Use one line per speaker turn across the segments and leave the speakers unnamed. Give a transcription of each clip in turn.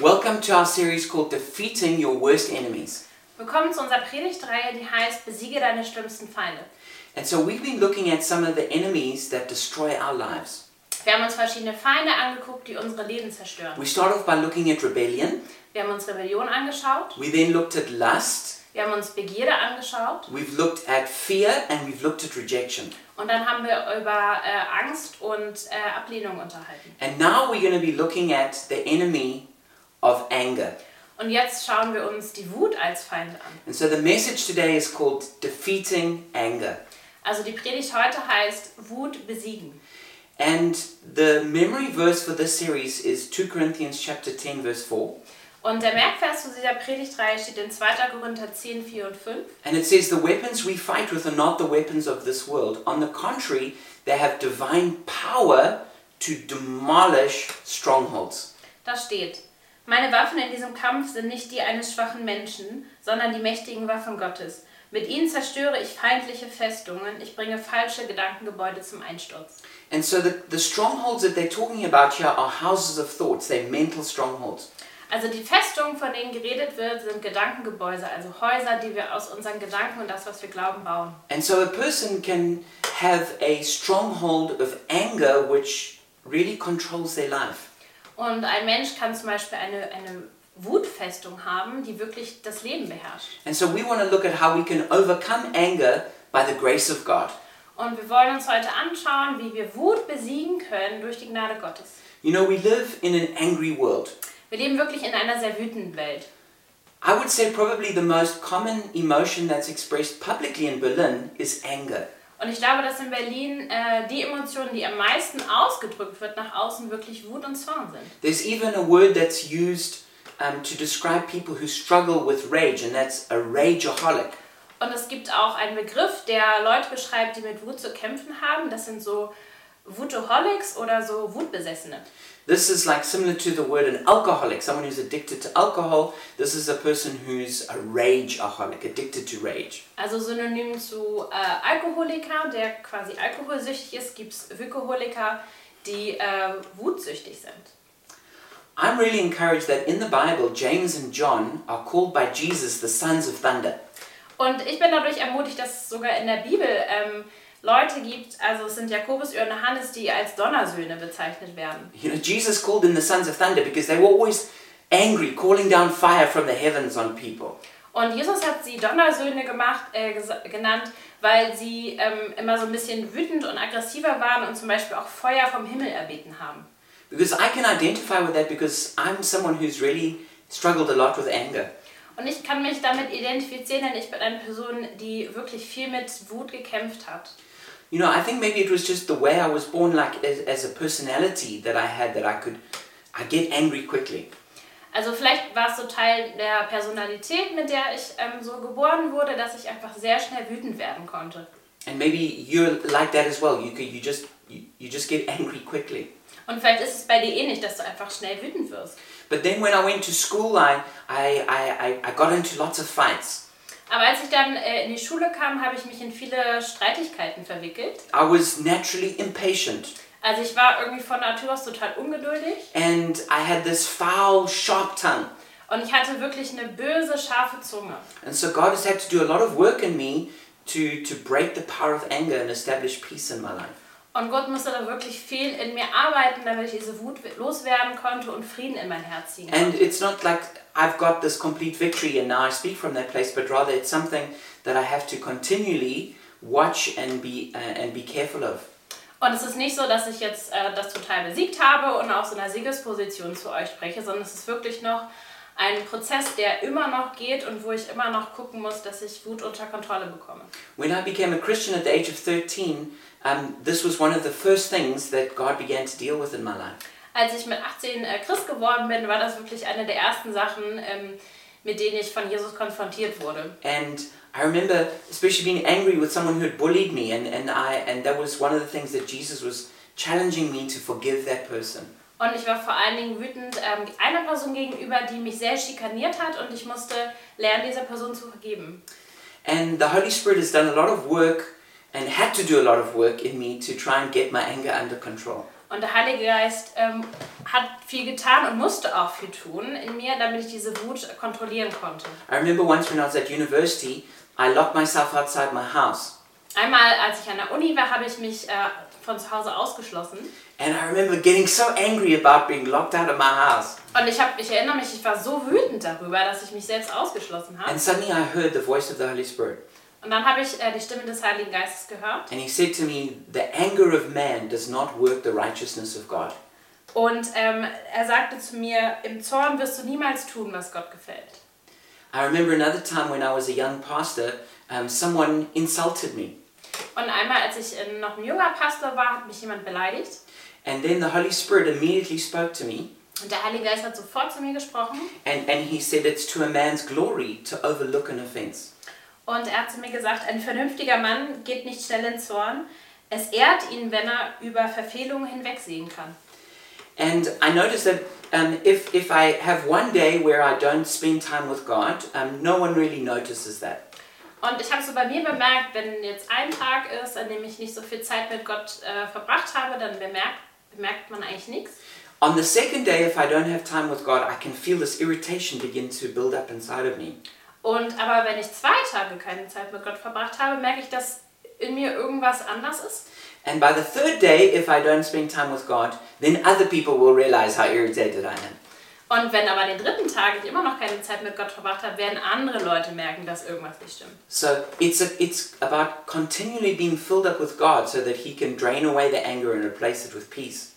Welcome to our series called Defeating Your Worst Enemies.
Willkommen zu unserer Predigtreihe, die heißt Besiege deine schlimmsten Feinde.
And so we've been looking at some of the enemies that destroy our lives.
Wir haben uns verschiedene Feinde angeguckt, die unsere Leben zerstören.
We start off by looking at rebellion.
Wir haben uns Rebellion angeschaut,
We then looked at lust.
wir haben uns Begierde angeschaut
We've looked at fear and we've looked at rejection.
und dann haben wir über äh, Angst und äh, Ablehnung unterhalten.
And now we're going to be looking at the enemy of anger.
Und jetzt schauen wir uns die Wut als Feind an.
And so the message today is called Defeating Anger.
Also die Predigt heute heißt Wut besiegen.
And the memory verse for this series is 2 Corinthians chapter 10 verse 4.
Und der Merkvers zu dieser Predigtreihe steht in 2. Korinther 10, 4 und 5.
And it says, The weapons we fight with are not the weapons of this world. On the contrary, they have divine power to demolish strongholds.
Da steht, meine Waffen in diesem Kampf sind nicht die eines schwachen Menschen, sondern die mächtigen Waffen Gottes. Mit ihnen zerstöre ich feindliche Festungen, ich bringe falsche Gedankengebäude zum Einsturz.
And so the, the strongholds that they're talking about here are houses of thoughts, they're mental strongholds.
Also die Festungen, von denen geredet wird, sind Gedankengebäude, also Häuser, die wir aus unseren Gedanken und das, was wir glauben, bauen.
And so a person can have a stronghold of anger which really controls their life.
Und ein Mensch kann zum Beispiel eine, eine Wutfestung haben, die wirklich das Leben beherrscht.
And so we want to look at how we can overcome anger by the grace of God.
Und wir wollen uns heute anschauen, wie wir Wut besiegen können durch die Gnade Gottes.
You know, we live in an angry world.
Wir leben wirklich in einer sehr wütenden Welt.
I would say probably the most common emotion that's expressed publicly in Berlin is anger.
Und ich glaube, dass in Berlin äh, die Emotionen, die am meisten ausgedrückt wird nach außen, wirklich Wut und Zorn sind.
There's even a word that's used um, to describe people who struggle with rage, and that's a rageaholic.
Und es gibt auch einen Begriff, der Leute beschreibt, die mit Wut zu kämpfen haben. Das sind so Wutoholics oder so Wutbesessene.
This is like similar to the word an alcoholic, someone who's addicted to alcohol. This is a person who's a rageaholic, addicted to rage.
Also synonym zu äh, Alkoholiker, der quasi alkoholsüchtig ist, gibt es Wykoholiker, die äh, wutsüchtig sind.
I'm really encouraged that in the Bible, James and John are called by Jesus the sons of thunder.
Und ich bin dadurch ermutigt, dass es sogar in der Bibel ähm, Leute gibt, also es sind Jakobus und Johannes, die als Donnersöhne bezeichnet werden.
You know, Jesus called them the sons of thunder because they were always angry, calling down fire from the heavens on people.
Und Jesus hat sie Donnersöhne gemacht, äh, ges- genannt, weil sie ähm, immer so ein bisschen wütend und aggressiver waren und zum Beispiel auch Feuer vom Himmel erbeten haben.
Because I can identify with that because I'm someone who's really struggled a lot with anger.
Und ich kann mich damit identifizieren, denn ich bin eine Person, die wirklich viel mit Wut gekämpft hat.
You know, I think maybe it was just the way I was born, like as, as a personality that I had, that I could, I get angry quickly.
Also vielleicht war es so Teil der Personalität, mit der ich ähm, so geboren wurde, dass ich einfach sehr schnell wütend werden konnte.
And maybe you're like that as well. You could, you just, you, you just get angry quickly.
Und vielleicht ist es bei dir ähnlich, dass du einfach schnell wütend wirst.
But then when I went to school, I, I, I, I I got into lots of fights.
Aber als ich dann äh, in die Schule kam, habe ich mich in viele Streitigkeiten verwickelt.
I was naturally impatient.
Also ich war irgendwie von Natur aus total ungeduldig
and I had this foul, sharp tongue.
und ich hatte wirklich eine böse, scharfe Zunge.
And so God has had to do a lot of work in me to, to break the power of anger and establish peace in my life.
Und Gott musste da wirklich viel in mir arbeiten, damit ich diese Wut loswerden konnte und Frieden in mein Herz ziehen konnte.
And it's not like I've got this complete victory and now I speak from that place, but rather it's something that I have to continually watch and be, uh, and be careful of.
Und es ist nicht so, dass ich jetzt äh, das total besiegt habe und aus so einer Siegesposition zu euch spreche, sondern es ist wirklich noch ein Prozess, der immer noch geht und wo ich immer noch gucken muss, dass ich Wut unter Kontrolle bekomme.
When I became a Christian at the age of 13, um, this was one of the first things that God began to deal with in my life.
Als ich mit 18 äh, Christ geworden bin, war das wirklich eine der ersten Sachen, ähm, mit denen ich von Jesus konfrontiert wurde.
And I remember especially being angry with someone who had bullied me, and, and, I, and that was one of the things that Jesus was challenging me to forgive that person.
Und ich war vor allen Dingen wütend ähm, einer Person gegenüber, die mich sehr schikaniert hat und ich musste lernen, dieser Person zu vergeben.
And the Holy Spirit has done a lot of work and had to do a lot of work in me to try and get my anger under control.
Und der Heilige Geist ähm, hat viel getan und musste auch viel tun in mir, damit ich diese Wut kontrollieren konnte.
I remember once when I was at university, I locked myself outside my house.
Einmal, als ich an der Uni war, habe ich mich äh, von zu Hause ausgeschlossen.
And I remember getting so angry about being locked out of my house.
Und ich, hab, ich erinnere mich, ich war so wütend darüber, dass ich mich selbst ausgeschlossen habe.
And suddenly I heard the voice of the Holy Spirit.
Und dann habe ich äh, die Stimme des Heiligen Geistes gehört.
And he said to me, The anger of man does not work the righteousness of God.
Und ähm, er sagte zu mir, im Zorn wirst du niemals tun, was Gott gefällt.
I remember another time when I was a young pastor, um, someone insulted me.
Und einmal, als ich äh, noch ein junger Pastor war, hat mich jemand beleidigt.
And then the Holy Spirit immediately spoke to me,
Und der Heilige Geist hat sofort zu mir gesprochen.
and, and he said, It's to a man's glory to overlook an offense.
Und er hat zu mir gesagt, ein vernünftiger Mann geht nicht schnell in Zorn. Es ehrt ihn, wenn er über Verfehlungen hinwegsehen kann.
And I noticed that um, if, if I have one day where I don't spend time with God, um, no one really notices that.
Und ich habe so bei mir bemerkt, wenn jetzt ein Tag ist, an dem ich nicht so viel Zeit mit Gott äh, verbracht habe, dann bemerkt, bemerkt man eigentlich nichts.
On the second day, if I don't have time with God, I can feel this irritation begin to build up inside of me.
Und aber wenn ich zwei Tage keine Zeit mit Gott verbracht habe, merke ich, dass in mir irgendwas anders ist.
And by the third day, if I don't spend time with God, then other people will realize how irritated I am.
Und wenn aber den dritten Tag ich immer noch keine Zeit mit Gott verbracht habe, werden andere Leute merken, dass irgendwas nicht stimmt.
So it's, a, it's about continually being filled up with God so that He can drain away the anger and replace it with peace.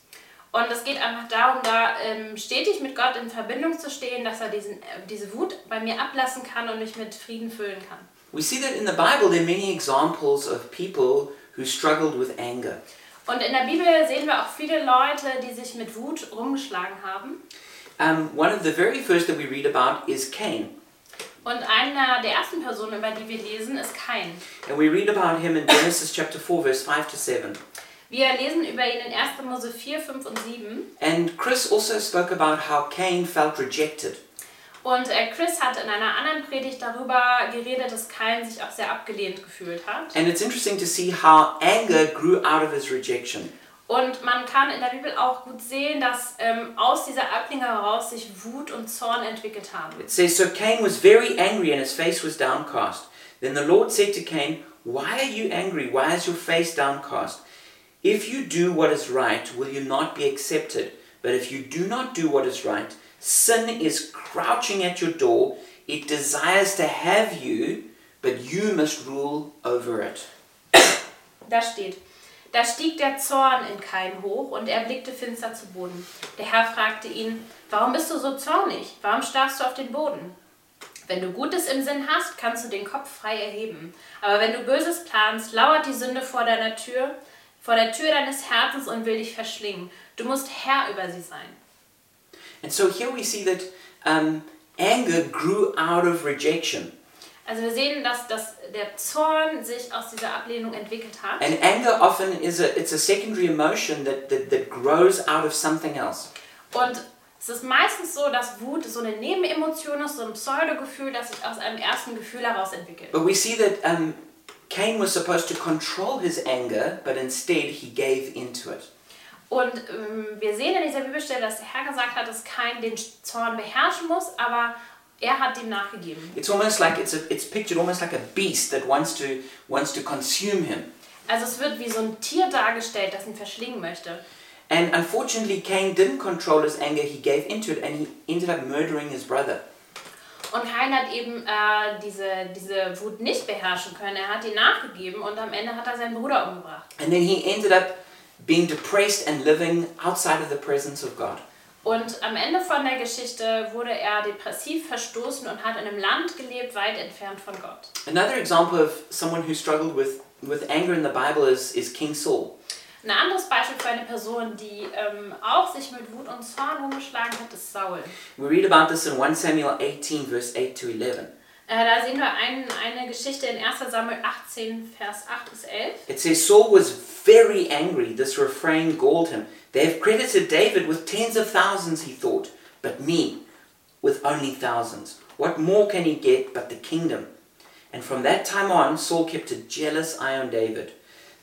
Und es geht einfach darum, da ähm, stetig mit Gott in Verbindung zu stehen, dass er diesen, äh, diese Wut bei mir ablassen kann und mich mit Frieden füllen kann.
We see that in the Bible, there are many examples of people who struggled with anger.
Und in der Bibel sehen wir auch viele Leute, die sich mit Wut rumgeschlagen haben.
Um, one of the very first that we read about is Cain.
Und einer der ersten Personen, über die wir lesen, ist Kain.
And we read about him in Genesis chapter 4, verse 5 to 7.
Wir lesen über ihn in 1. Mose 4, 5 und 7.
And Chris also spoke about how Cain felt rejected.
Und äh, Chris hat in einer anderen Predigt darüber geredet, dass Kain sich auch sehr abgelehnt gefühlt hat.
And it's interesting to see how anger grew out of his rejection.
Und man kann in der Bibel auch gut sehen, dass ähm, aus dieser Ablehnung heraus sich Wut und Zorn entwickelt haben.
It says, So Cain was very angry and his face was downcast. Then the Lord said to Cain, Why are you angry? Why is your face downcast? If you do what is right, will you not be accepted? But if you do not do what is right, sin is crouching at your door. It desires to have you, but you must rule over it.
Da steht, da stieg der Zorn in Kain hoch und er blickte finster zu Boden. Der Herr fragte ihn, warum bist du so zornig? Warum starrst du auf den Boden? Wenn du Gutes im Sinn hast, kannst du den Kopf frei erheben. Aber wenn du Böses planst, lauert die Sünde vor deiner Tür, vor der Tür deines Herzens und will dich verschlingen. Du musst Herr über sie sein.
And so here we see that um, anger grew out of rejection.
Also wir sehen, dass, dass der Zorn sich aus dieser Ablehnung entwickelt hat.
And anger often is a it's a secondary emotion that, that, that grows out of something else.
Und es ist meistens so, dass Wut so eine Nebenemotion ist, so ein Pseudogefühl, das sich aus einem ersten Gefühl heraus entwickelt.
But we see that um, Cain was supposed to control his anger, but instead he gave into it.
Und ähm, wir sehen in dieser Bibelstelle, dass der Herr gesagt hat, dass kein den Zorn beherrschen muss, aber er hat ihm nachgegeben.
It's almost like it's a, it's pictured almost like a beast that wants to wants to consume him.
Also es wird wie so ein Tier dargestellt, das ihn verschlingen möchte.
And unfortunately, Cain didn't control his anger. He gave into it, and he ended up murdering his brother.
Und Hein hat eben äh, diese, diese Wut nicht beherrschen können. Er hat ihn nachgegeben und am Ende hat er seinen Bruder umgebracht.
And then he ended up being depressed and living outside of the presence of God.
Und am Ende von der Geschichte wurde er depressiv verstoßen und hat in einem Land gelebt, weit entfernt von Gott.
Another example of someone who struggled with, with anger in the Bible is, is King Saul.
Ein anderes Beispiel für eine Person, die ähm, auch sich mit Wut und Zorn umgeschlagen hat, ist Saul.
We read about this in 1 Samuel 18, verse 8 to 11.
Äh, da sehen wir ein, eine Geschichte in 1 Samuel 18, Vers 8 bis 11.
It says, Saul was very angry. This refrain galled him. They have credited David with tens of thousands, he thought, but me with only thousands. What more can he get but the kingdom? And from that time on, Saul kept a jealous eye on David.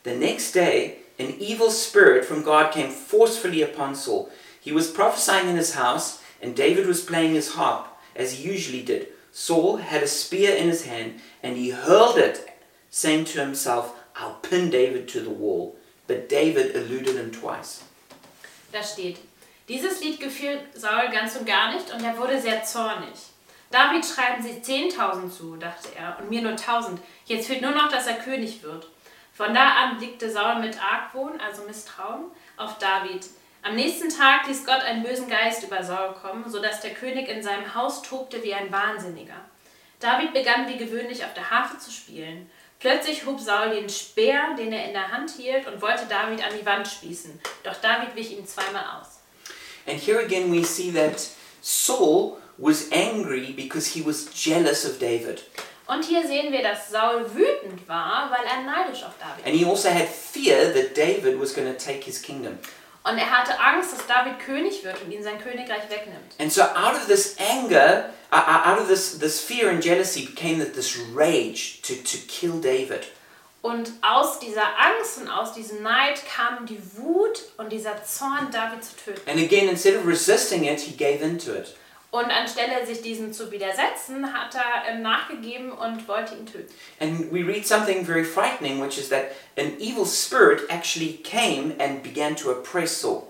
The next day, an evil spirit from God came forcefully upon Saul. He was prophesying in his house, and David was playing his harp, as he usually did. Saul had a spear in his hand, and he hurled it, saying to himself, I'll pin David to the wall. But David eluded him twice.
Da steht, dieses Lied gefiel Saul ganz und gar nicht und er wurde sehr zornig. David schreiben sie 10.000 zu, dachte er, und mir nur 1.000. Jetzt fehlt nur noch, dass er König wird. Von da an blickte Saul mit Argwohn, also Misstrauen, auf David. Am nächsten Tag ließ Gott einen bösen Geist über Saul kommen, sodass der König in seinem Haus tobte wie ein Wahnsinniger. David begann wie gewöhnlich auf der Harfe zu spielen. Plötzlich hob Saul den Speer, den er in der Hand hielt, und wollte David an die Wand spießen. Doch David wich ihm zweimal aus.
And here again we see that Saul was angry because he was jealous of David.
Und hier sehen wir, dass Saul wütend war, weil er neidisch auf David war.
And he also had fear that David was going to take his kingdom.
Und er hatte Angst, dass David König wird und ihm sein Königreich wegnimmt.
And so out of this anger, uh, uh, out of this, this fear and jealousy came that this rage to, to kill David.
Und aus dieser Angst und aus diesem Neid kamen die Wut und dieser Zorn, David zu töten.
And again, instead of resisting it, he gave in to it.
Und anstelle sich diesem zu widersetzen, hat er ähm, nachgegeben und wollte ihn töten.
And we read something very frightening, which is that an evil spirit actually came and began to oppress Saul.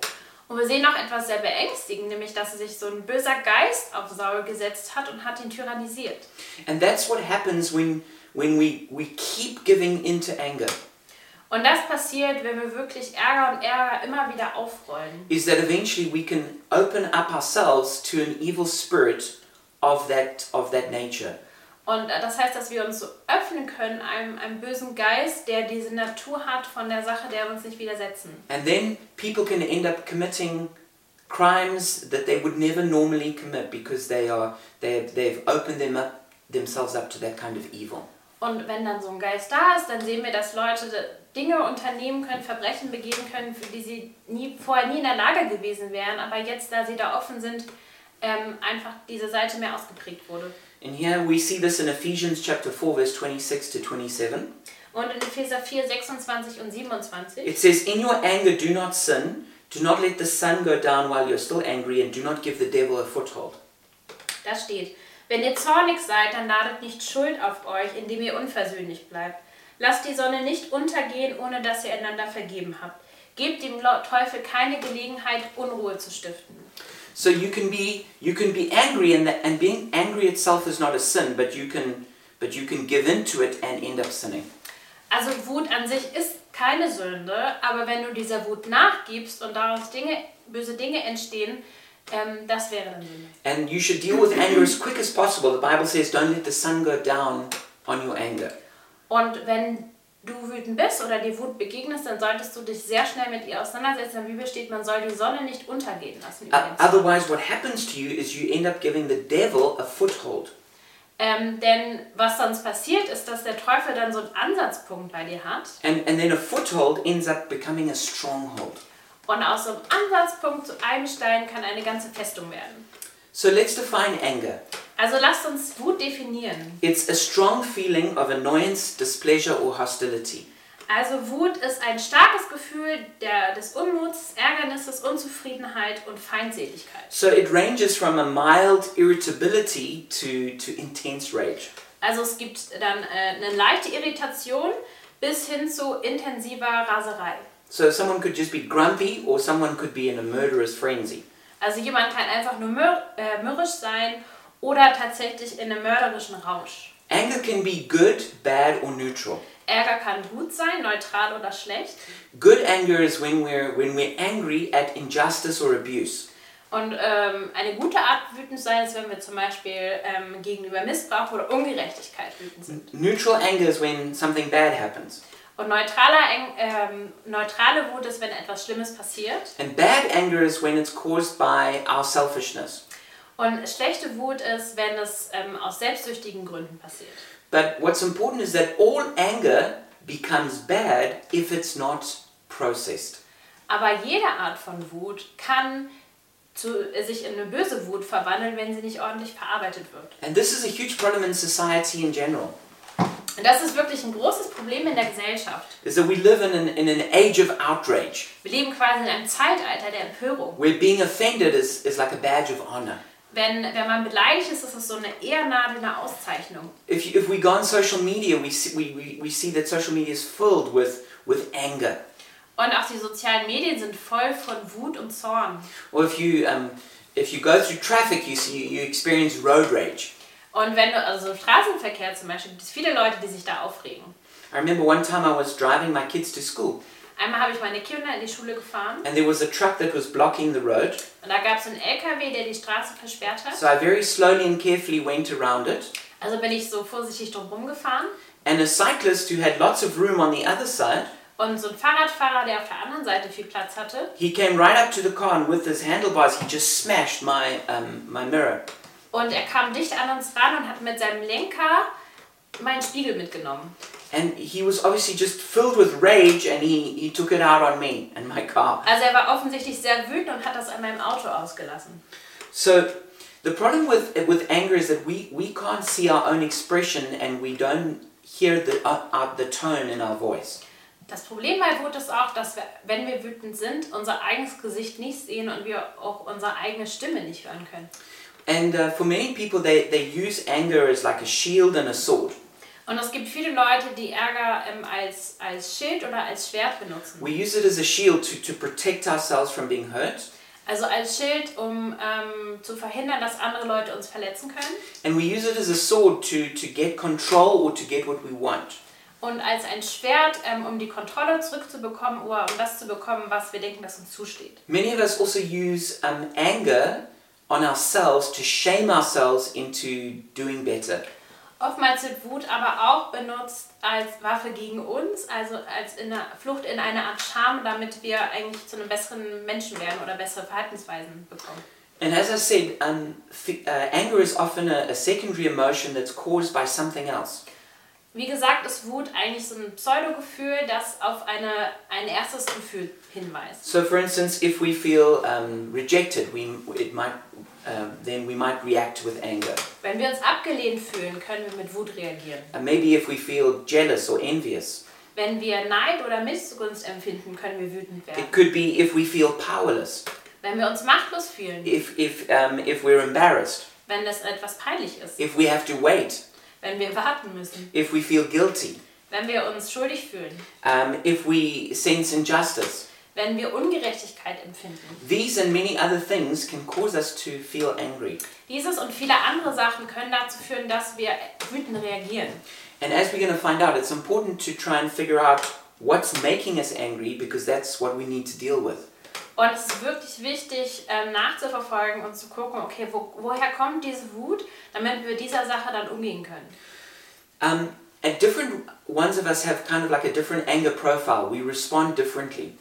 Und wir sehen noch etwas sehr beängstigend, nämlich dass sich so ein böser Geist auf Saul gesetzt hat und hat ihn tyrannisiert.
And that's what happens when, when we, we keep giving in to anger,
Und das passiert, wenn wir wirklich Ärger und Ärger immer wieder aufrollen.
is that eventually we can open up ourselves to an evil spirit of that, of that nature.
Und äh, das heißt, dass wir uns so öffnen können einem, einem bösen Geist, der diese Natur hat von der Sache, der wir uns nicht widersetzen.
And then people can end up committing crimes that they would never normally commit because they are they they've opened them up themselves up to that kind of evil.
Und wenn dann so ein Geist da ist, dann sehen wir, dass Leute d- Dinge unternehmen können, Verbrechen begehen können, für die sie nie, vorher nie in der Lage gewesen wären. Aber jetzt, da sie da offen sind, ähm, einfach diese Seite mehr ausgeprägt wurde.
And here we see this in Ephesians chapter 4 verse 26 to 27.
Und in Epheser 4, 26 und 27
It says, "In your anger do not sin, do not let the sun go down while you're still angry and do not give the devil a foothold."
Da steht, wenn ihr zornig seid, dann ladet nicht Schuld auf euch, indem ihr unversöhnlich bleibt. Lasst die Sonne nicht untergehen, ohne dass ihr einander vergeben habt. Gebt dem Lo- Teufel keine Gelegenheit, Unruhe zu stiften.
So you can be you can be angry and that, and being angry itself is not a sin, but you can but you can give in to it and end up sinning.
Also Wut an sich ist keine Sünde, aber wenn du dieser Wut nachgibst und daraus Dinge, böse Dinge entstehen, ähm, das wäre dann Sünde.
And you should deal with anger as quick as possible. The Bible says, don't let the sun go down on your anger.
Und wenn du wütend bist oder die Wut begegnest, dann solltest du dich sehr schnell mit ihr auseinandersetzen. In der Bibel steht, man soll die Sonne nicht untergehen lassen.
O-
übrigens.
Uh, Otherwise, what happens to you is you end up giving the devil a foothold.
Ähm, denn was sonst passiert, ist, dass der Teufel dann so einen Ansatzpunkt bei dir hat.
And, and then a foothold ends up becoming a stronghold.
Und aus so einem Ansatzpunkt zu einem Stein kann eine ganze Festung werden.
So let's define anger.
Also lasst uns Wut definieren.
It's a strong feeling of annoyance, displeasure, or hostility.
Also Wut ist ein starkes Gefühl der, des Unmuts, Ärgernisses, Unzufriedenheit und Feindseligkeit.
So it ranges from a mild irritability to, to intense rage.
Also es gibt dann äh, eine leichte Irritation bis hin zu intensiver Raserei.
So someone could just be grumpy, or someone could be in a murderous frenzy.
Also jemand kann einfach nur mür äh, mürrisch sein oder tatsächlich in einem mörderischen Rausch.
Anger can be good, bad, or neutral.
Ärger kann gut sein, neutral oder schlecht.
Good anger is when we're when we're angry at injustice or abuse.
Und ähm, eine gute Art wütend sein ist, wenn wir zum Beispiel ähm, gegenüber Missbrauch oder Ungerechtigkeit wütend sind.
Neutral anger is when something bad happens.
Und neutraler, Eng- ähm, neutrale Wut ist, wenn etwas Schlimmes passiert.
And bad anger is when it's caused by our selfishness.
Und schlechte Wut ist, wenn es ähm, aus selbstsüchtigen Gründen passiert.
But what's important is that all anger becomes bad if it's not processed.
Aber jede Art von Wut kann zu, äh, sich in eine böse Wut verwandeln, wenn sie nicht ordentlich verarbeitet wird.
And this is a huge problem in society in general.
Und das ist wirklich ein großes Problem in der Gesellschaft.
is that we live in an, in an age of outrage
Wir leben quasi in einem Zeitalter der Empörung.
where being offended is, is like a badge of honor.
Wenn, wenn man beleidigt ist, ist es so eine Ehrnadel, eine Auszeichnung.
If, you, if we go on social media, we see, we, we, we see that social media is filled with, with anger.
Und auch die sozialen Medien sind voll von Wut und Zorn.
Or if you, um, if you go through traffic, you, see, you experience road rage.
Und wenn du, also im Straßenverkehr zum Beispiel, gibt es viele Leute, die sich da aufregen.
I remember one time I was driving my kids to school
Einmal habe ich meine Kinder in die Schule gefahren
and there was a truck that was blocking the road.
und da gab es einen LKW, der die Straße versperrt hat.
So I very slowly and carefully went around it.
Also bin ich so vorsichtig drumherum gefahren
And a cyclist who had lots of room on the other side,
und so ein Fahrradfahrer, der auf der anderen Seite viel Platz hatte
he came right up to the car and with his handlebars he just smashed my, um, my mirror.
und er kam dicht an uns ran und hat mit seinem Lenker meinen Spiegel mitgenommen.
And he was obviously just filled with rage and he, he took it out on me and my car.
Also er war offensichtlich sehr wütend und hat das an meinem Auto ausgelassen.
So the problem with, with anger is that we, we can't see our own expression and we don't hear the, uh, uh, the tone in our voice.
Das Problem bei Wut ist auch, dass wir, wenn wir wütend sind, unser eigenes Gesicht nicht sehen und wir auch unsere eigene Stimme nicht hören können.
And uh, for many people, they, they use anger as like a shield and a sword.
Und es gibt viele Leute, die Ärger ähm, als, als Schild oder als Schwert benutzen.
We use it as a shield to, to protect ourselves from being hurt.
Also als Schild, um ähm, zu verhindern, dass andere Leute uns verletzen können.
And we use it as a sword to, to get control or to get what we want.
Und als ein Schwert, ähm, um die Kontrolle zurückzubekommen oder um das zu bekommen, was wir denken, das uns zusteht.
Many of us also use um, anger on ourselves to shame ourselves into doing better.
Oftmals wird Wut aber auch benutzt als Waffe gegen uns, also als in einer Flucht in eine Art Scham, damit wir eigentlich zu einem besseren Menschen werden oder bessere Verhaltensweisen bekommen.
And as I said, um, th- uh, anger is often a, a secondary emotion that's caused by something else.
Wie gesagt, ist Wut eigentlich so ein Pseudogefühl, das auf eine, ein erstes Gefühl hinweist.
So, for instance, if we feel um, rejected, we, it might, um, then we might react with anger.
Wenn wir uns abgelehnt fühlen, können wir mit Wut reagieren.
And maybe if we feel jealous or envious,
Wenn wir Neid oder Missgunst empfinden, können wir wütend werden.
it could be if we feel powerless,
Wenn wir uns machtlos fühlen,
if, if, um, if we're embarrassed,
wenn das etwas peinlich ist,
if we have to wait,
wenn wir warten müssen,
if we feel guilty,
wenn wir uns schuldig fühlen,
um, if we sense injustice.
wenn wir Ungerechtigkeit empfinden.
These and many other things can cause us to feel angry.
Dieses und viele andere Sachen können dazu führen, dass wir wütend reagieren.
And as we're going to find out, it's important to try and figure out what's making us angry because that's what we need to deal with.
Und es ist wirklich wichtig, ähm, nachzuverfolgen und zu gucken, okay, wo, woher kommt diese Wut, damit wir dieser Sache dann umgehen können.
Um, and different ones of us have kind of like a different anger profile. We respond differently.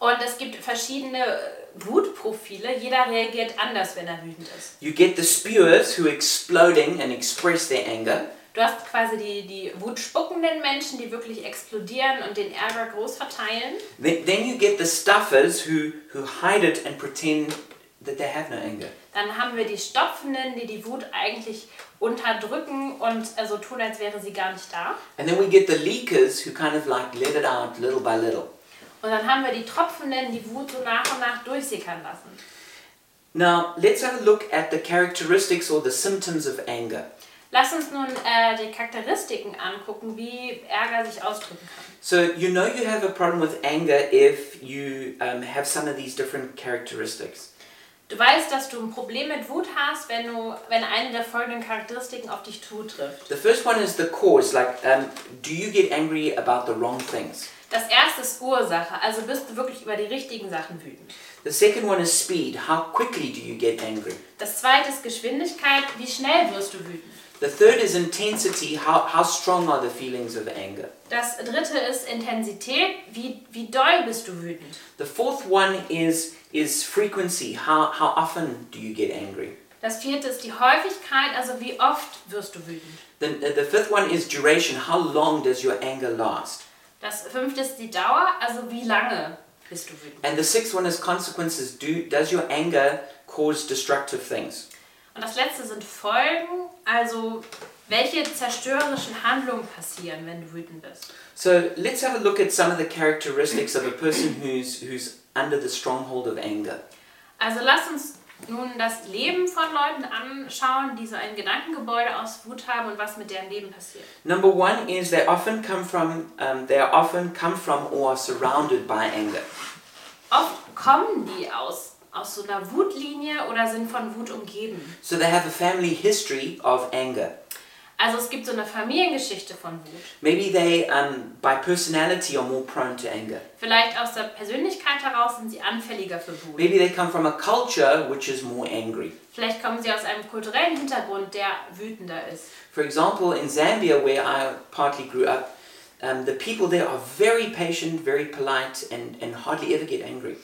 Und es gibt verschiedene äh, Wutprofile. Jeder reagiert anders, wenn er wütend ist.
You get the spewers who are exploding and express their anger.
Du hast quasi die, die wutspuckenden Menschen, die wirklich explodieren und den Ärger groß verteilen.
Then, then you get the stuffers who, who hide it and pretend that they have no anger.
Dann haben wir die Stopfenden, die die Wut eigentlich unterdrücken und äh, so tun, als wäre sie gar nicht da.
And then we get the leakers who kind of like let it out little by little.
Und dann haben wir die Tropfenden, die Wut so nach und nach durchsickern lassen.
Now, let's have a look at the characteristics or the symptoms of anger.
Lass uns nun äh, die Charakteristiken angucken, wie Ärger sich ausdrücken kann.
So you know you have a problem with anger if you um, have some of these different characteristics.
Du weißt, dass du ein Problem mit Wut hast, wenn, du, wenn eine der folgenden Charakteristiken auf dich zutrifft.
The first one is the cause, like um, do you get angry about the wrong things?
Das erste ist Ursache, also bist du wirklich über die richtigen Sachen wütend.
The second one is speed. How quickly do you get angry?
Das zweite ist Geschwindigkeit, wie schnell wirst du wütend.
The third is intensity. How, how strong are the feelings of anger?
Das dritte ist Intensität, wie, wie doll bist du wütend.
The fourth one is is frequency. How, how often do you get angry?
Das vierte ist die Häufigkeit, also wie oft wirst du wütend.
The, uh, the fifth one is duration. How long does your anger last?
Das fünfte ist die Dauer, also wie lange bist du wütend.
And the sixth one is consequences. Do, does your anger cause destructive things?
Und das letzte sind Folgen, also welche zerstörerischen Handlungen passieren, wenn du wütend bist.
So let's have a look at some of the characteristics of a person who's, who's under the stronghold of anger.
Also lass uns nun das Leben von Leuten anschauen, die so ein Gedankengebäude aus Wut haben und was mit deren Leben passiert.
Number one is they often come from, um, they are often come from or are surrounded by anger.
Oft kommen die aus, aus so einer Wutlinie oder sind von Wut umgeben.
So they have a family history of anger.
Also es gibt so eine Familiengeschichte von Wut.
Maybe they, um, by personality, are more prone to anger.
Vielleicht aus der Persönlichkeit heraus sind sie anfälliger für Wut.
Maybe they come from a culture which is more angry.
Vielleicht kommen sie aus einem kulturellen Hintergrund, der wütender ist.
For example, in Zambia, where I partly grew up, um, the people there are very patient, very polite, and, and hardly ever get angry.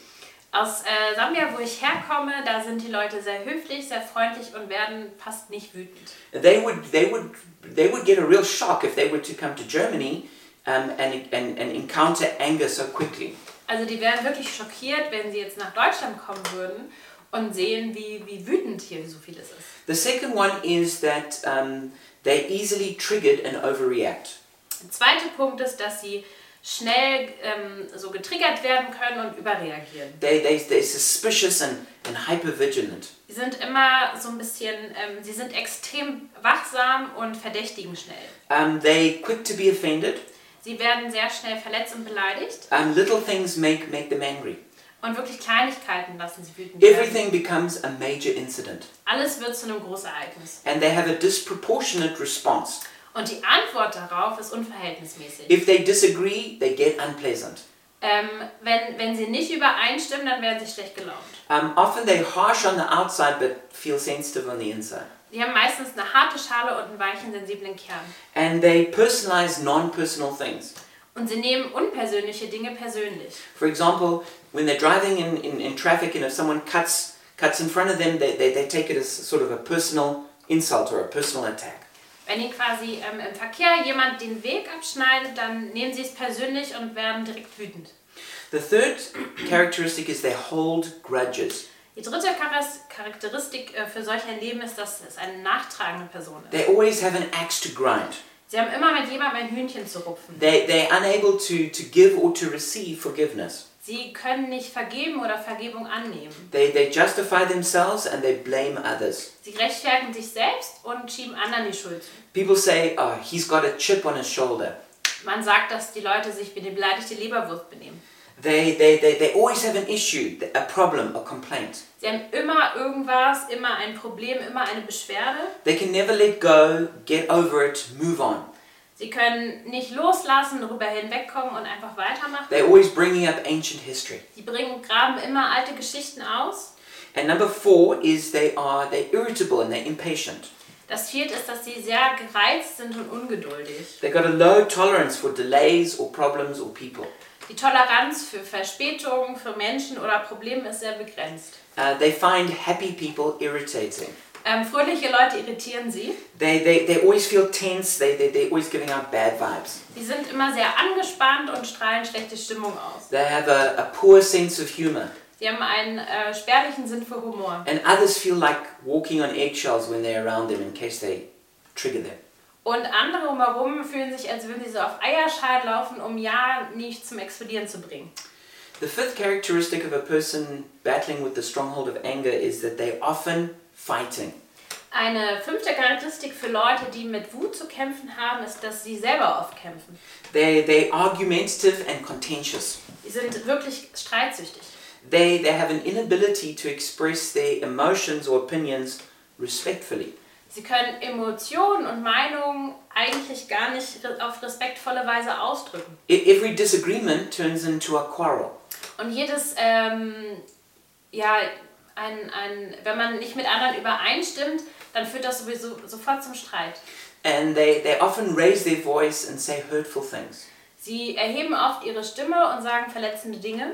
Aus äh, Sambia, wo ich herkomme, da sind die Leute sehr höflich, sehr freundlich und werden fast nicht wütend.
They would, they would, they would get a real shock if they were to come to Germany um, and, and, and encounter anger so quickly.
Also die wären wirklich schockiert, wenn sie jetzt nach Deutschland kommen würden und sehen, wie, wie wütend hier so vieles ist.
The second one is that um, they're easily triggered and overreact.
Der zweite Punkt ist, dass sie schnell ähm, so getriggert werden können und überreagieren.
They, they, they're suspicious and, and hypervigilant.
Sie sind immer so ein bisschen, ähm, sie sind extrem wachsam und verdächtigen schnell.
Um, they quick to be offended.
Sie werden sehr schnell verletzt und beleidigt
Um, little things make, make them angry.
und wirklich Kleinigkeiten lassen sie wütend werden.
Everything becomes a major incident.
Alles wird zu einem Großereignis.
And they have a disproportionate response.
Und die Antwort darauf ist unverhältnismäßig.
If they disagree, they get unpleasant.
Ähm, wenn, wenn sie nicht übereinstimmen, dann werden sie schlecht gelaunt.
Um, often they're harsh on the outside but feel sensitive on the inside.
Sie haben meistens eine harte Schale und einen weichen, sensiblen Kern.
And they personalize non personal things.
Und sie nehmen unpersönliche Dinge persönlich.
For example, when they're driving in, in, in traffic and if someone cuts, cuts in front of them, they, they, they take it as sort of a personal insult or a personal attack.
Wenn ihnen quasi ähm, im Verkehr jemand den Weg abschneidet, dann nehmen sie es persönlich und werden direkt wütend.
The third characteristic is they hold grudges.
Die dritte Charas- Charakteristik äh, für solch ein Leben ist, dass es eine nachtragende Person ist.
They always have an axe to grind.
Sie haben immer mit jemandem ein Hühnchen zu rupfen.
They, they're unable to, to give or to receive forgiveness.
Sie können nicht vergeben oder Vergebung annehmen.
They, they justify themselves and they blame others.
Sie rechtfertigen sich selbst und schieben anderen die Schuld zu.
People say, oh, he's got a chip on his shoulder.
Man sagt, dass die Leute sich wie eine beleidigte Leberwurst benehmen.
They, they, they, they always have an issue, a problem, a complaint.
Sie haben immer irgendwas, immer ein Problem, immer eine Beschwerde.
They can never let go, get over it, move on.
Sie können nicht loslassen, darüber hinwegkommen und einfach weitermachen.
They're always bringing up ancient history.
Sie bringen, graben immer alte Geschichten aus.
And number four is they are they're irritable and they're impatient.
Das vierte ist, dass sie sehr gereizt sind und ungeduldig.
They've got a low tolerance for delays or problems or people.
Die Toleranz für Verspätungen, für Menschen oder Probleme ist sehr begrenzt.
Uh, they find happy people irritating.
Ähm, fröhliche Leute irritieren sie.
They, they, they always feel tense, they, they, they're always giving out bad vibes.
Sie sind immer sehr angespannt und strahlen schlechte Stimmung aus.
They have a, a poor sense of humor,
Sie haben einen äh, spärlichen Sinn für Humor.
and others feel like walking on eggshells when they're around them in case they trigger them.
Und andere umherum fühlen sich, als würden sie so auf Eierschalen laufen, um ja nicht zum Explodieren zu bringen.
The fifth characteristic of a person battling with the stronghold of anger is that they're often fighting.
Eine fünfte Charakteristik für Leute, die mit Wut zu kämpfen haben, ist, dass sie selber oft kämpfen.
They, they're argumentative and contentious.
Sie sind wirklich streitsüchtig.
They, they have an inability to express their emotions or opinions respectfully.
Sie können Emotionen und Meinungen eigentlich gar nicht re- auf respektvolle Weise ausdrücken.
E- Every disagreement turns into a quarrel.
Und jedes, ähm, ja, ein, ein, wenn man nicht mit anderen übereinstimmt, dann führt das sowieso sofort zum Streit.
And they, they often raise their voice and say hurtful things.
Sie erheben oft ihre Stimme und sagen verletzende Dinge.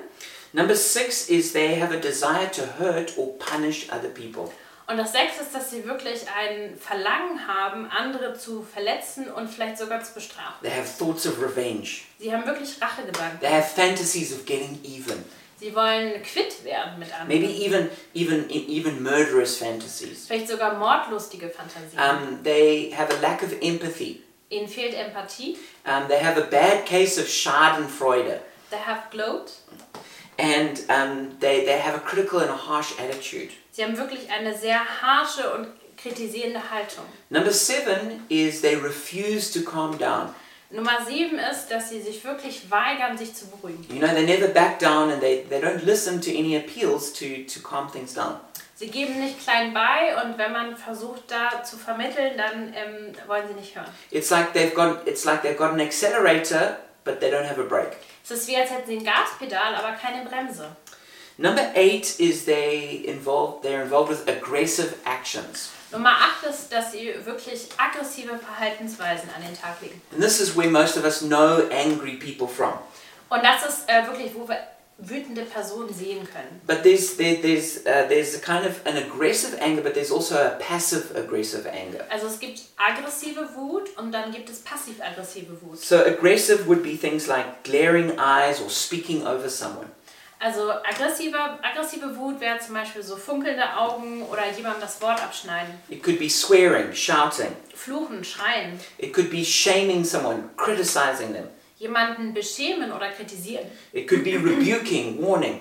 Number six is they have a desire to hurt or punish other people.
Und das Sechste ist, dass sie wirklich ein Verlangen haben, andere zu verletzen und vielleicht sogar zu bestrafen.
They have thoughts of revenge.
Sie haben wirklich Rachegedanken.
They have fantasies of getting even.
Sie wollen quitt werden mit anderen.
Maybe e- even even even murderous fantasies.
Vielleicht sogar mordlustige Fantasien.
Um, they have a lack of empathy.
Ihnen fehlt Empathie.
Um, they have a bad case of Schadenfreude,
They have gloat.
and um, they they have a critical and a harsh attitude.
Sie haben wirklich eine sehr harsche und kritisierende Haltung.
Number seven is they refuse to calm down.
Nummer sieben ist, dass sie sich wirklich weigern, sich zu beruhigen.
You know, they never back down and they, they don't listen to any appeals to, to calm things down.
Sie geben nicht klein bei und wenn man versucht, da zu vermitteln, dann ähm, wollen sie nicht hören.
It's like they've got it's like they've got an accelerator, but they don't have a brake.
Es ist wie, als hätten sie ein Gaspedal, aber keine Bremse.
Number eight is they involve they're involved with aggressive actions.
Nummer acht ist, dass sie wirklich aggressive Verhaltensweisen an den Tag legen.
And this is where most of us know angry people from.
Und das ist äh, wirklich, wo wir wütende Personen sehen können.
But there's there, there's uh, there's a kind of an aggressive anger, but there's also a passive aggressive anger.
Also es gibt aggressive Wut und dann gibt es passiv-aggressive Wut.
So aggressive would be things like glaring eyes or speaking over someone.
Also aggressive, aggressive Wut wäre zum Beispiel so funkelnde Augen oder jemandem das Wort abschneiden,
It could be swearing, shouting.
fluchen, schreien,
It could be shaming someone, criticizing them.
jemanden beschämen oder kritisieren,
It could be rebuking, warning,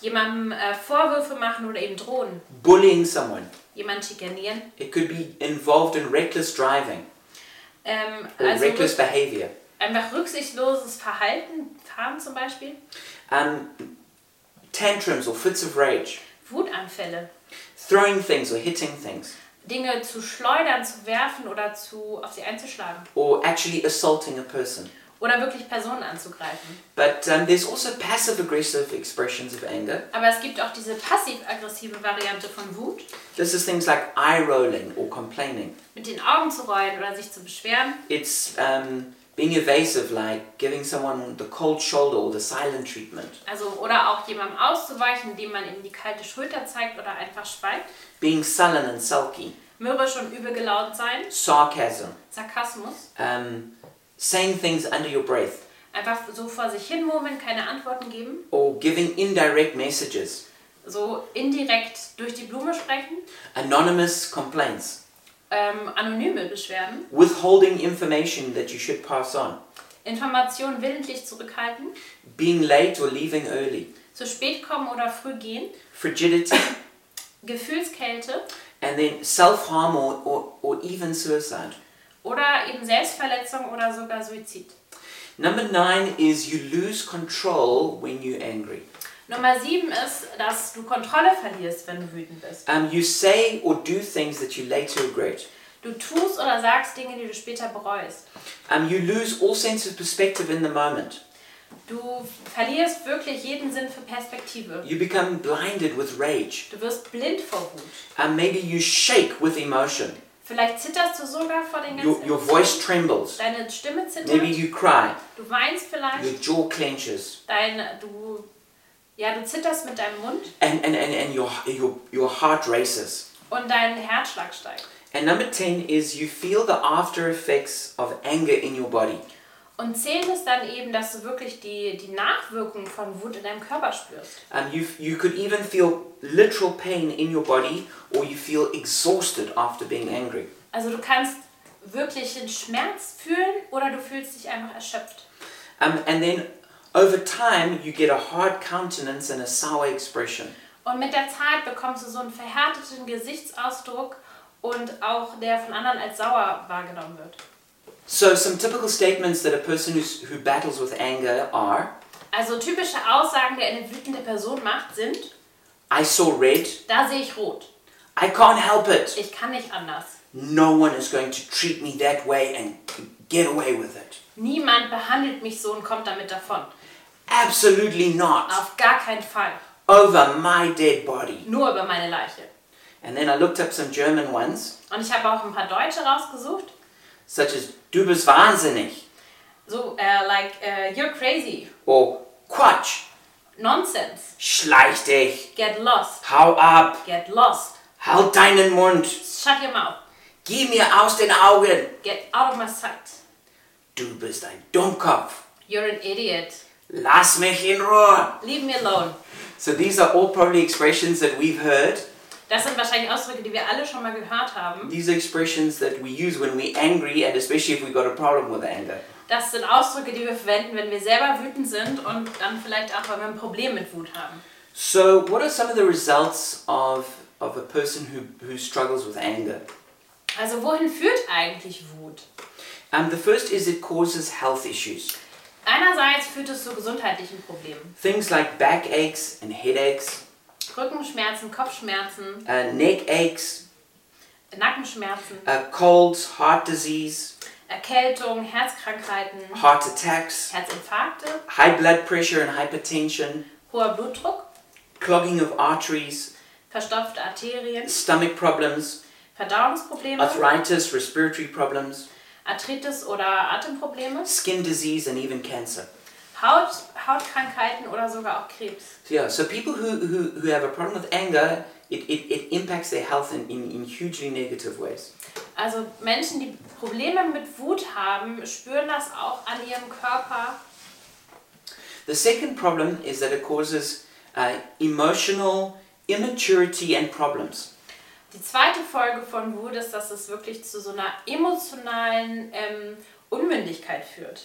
jemandem äh, Vorwürfe machen oder ihm drohen,
bullying someone.
jemanden schikanieren.
It could be involved in reckless driving
Ähm,
or
also
reckless
rück-
behavior.
einfach rücksichtsloses Verhalten, Fahren zum Beispiel,
Um, tantrums or fits of rage,
Wutanfälle,
throwing things or hitting things,
Dinge zu schleudern, zu werfen oder zu, auf sie einzuschlagen
or actually assaulting a person.
oder wirklich Personen anzugreifen.
But um, there's also passive aggressive expressions of anger.
Aber es gibt auch diese passiv-aggressive Variante von Wut,
This is things like eye rolling or complaining.
mit den Augen zu rollen oder sich zu beschweren.
It's um, being evasive, like giving someone the cold shoulder or the silent treatment.
Also, oder auch jemandem auszuweichen, indem man ihm die kalte Schulter zeigt oder einfach schweigt.
being sullen and sulky,
Mürrisch und übel gelaunt sein,
sarcasm,
Sarkasmus.
um, saying things under your breath,
Einfach so vor sich hin murmeln, keine Antworten geben.
or giving indirect messages,
So indirekt durch die Blume sprechen.
anonymous complaints,
Ähm, anonyme Beschwerden.
withholding information that you should pass on,
Informationen willentlich zurückhalten.
being late or leaving early,
Zu spät kommen oder früh gehen.
frigidity,
Gefühlskälte.
and then self harm or, or, or even suicide.
Oder eben Selbstverletzung oder sogar Suizid.
Number nine is you lose control when you're angry.
Nummer 7 ist, dass du Kontrolle verlierst, wenn du wütend bist.
Um, you say or do things that you later regret.
Du tust oder sagst Dinge, die du später bereust.
Um, you lose all sense of perspective in the moment.
Du verlierst wirklich jeden Sinn für Perspektive.
You become blinded with rage.
Du wirst blind vor Wut.
and maybe you shake with emotion.
Vielleicht zitterst du sogar vor den ganzen
Your, your voice trembles.
Deine Stimme zittert.
Maybe you cry.
Du weinst vielleicht.
Your jaw clenches.
Dein, du, ja, du zitterst mit deinem Mund
And, and, and, and your, your, your heart races.
und dein Herzschlag steigt.
And number 10 is you feel the after effects of anger in your body.
Und zählt es dann eben, dass du wirklich die, die Nachwirkung von Wut in deinem Körper spürst.
Um, you, you could even feel literal pain in your body, or you feel exhausted after being angry.
Also du kannst wirklich den Schmerz fühlen oder du fühlst dich einfach erschöpft.
Um, and then over time, you get a hard countenance and a sour expression.
Und mit der Zeit bekommst du so einen verhärteten Gesichtsausdruck und auch der von anderen als sauer wahrgenommen wird.
So, some typical statements that a person who's, who battles with anger are
Also typische Aussagen, die eine wütende Person macht, sind,
I saw red,
da sehe ich rot,
I can't help it.
ich kann nicht anders.
No one is going to treat me that way and get away with it.
Niemand behandelt mich so und kommt damit davon.
Absolutely not.
Auf gar keinen Fall.
Over my dead body.
Nur über meine Leiche.
And then I looked up some German ones,
Und ich habe auch ein paar Deutsche rausgesucht.
such as Du bist wahnsinnig
So, äh, like, äh, you're crazy,
or Quatsch,
nonsense,
schleich dich,
get lost,
hau ab,
get lost,
halt deinen Mund,
shut your mouth,
geh mir aus den Augen.
get out of my sight,
Du bist ein Dummkopf.
you're an idiot,
Lass mich in Ruhe.
leave me alone.
So these are all probably expressions that we've heard.
Das sind wahrscheinlich Ausdrücke, die wir alle schon mal gehört haben.
These are expressions that we use when we're angry and especially if we've got a problem with anger.
Das sind Ausdrücke, die wir verwenden, wenn wir selber wütend sind und dann vielleicht auch, wenn wir ein Problem mit Wut haben.
So what are some of the results of, of a person who, who struggles with anger?
Also wohin führt eigentlich Wut?
Um, the first is it causes health issues.
Einerseits führt es zu gesundheitlichen Problemen.
Things like backaches and headaches,
Rückenschmerzen, Kopfschmerzen,
uh, neck aches,
Nackenschmerzen,
uh, colds, heart disease,
Erkältung, Herzkrankheiten,
heart attacks,
Herzinfarkte,
high blood pressure and hypertension,
hoher Blutdruck,
clogging of arteries,
verstopfte Arterien,
stomach problems,
Verdauungsprobleme,
arthritis, respiratory problems,
Arthritis oder Atemprobleme,
skin disease, and even cancer.
Haut, Hautkrankheiten oder sogar auch Krebs.
So, yeah, so people who, who, who have a problem with anger, it, it, it impacts their health in, in, in hugely negative ways.
Also Menschen, die Probleme mit Wut haben, spüren das auch an ihrem Körper.
The second problem is that it causes uh, emotional immaturity and problems.
Die zweite Folge von Wut ist, dass es wirklich zu so einer emotionalen ähm, Unmündigkeit führt.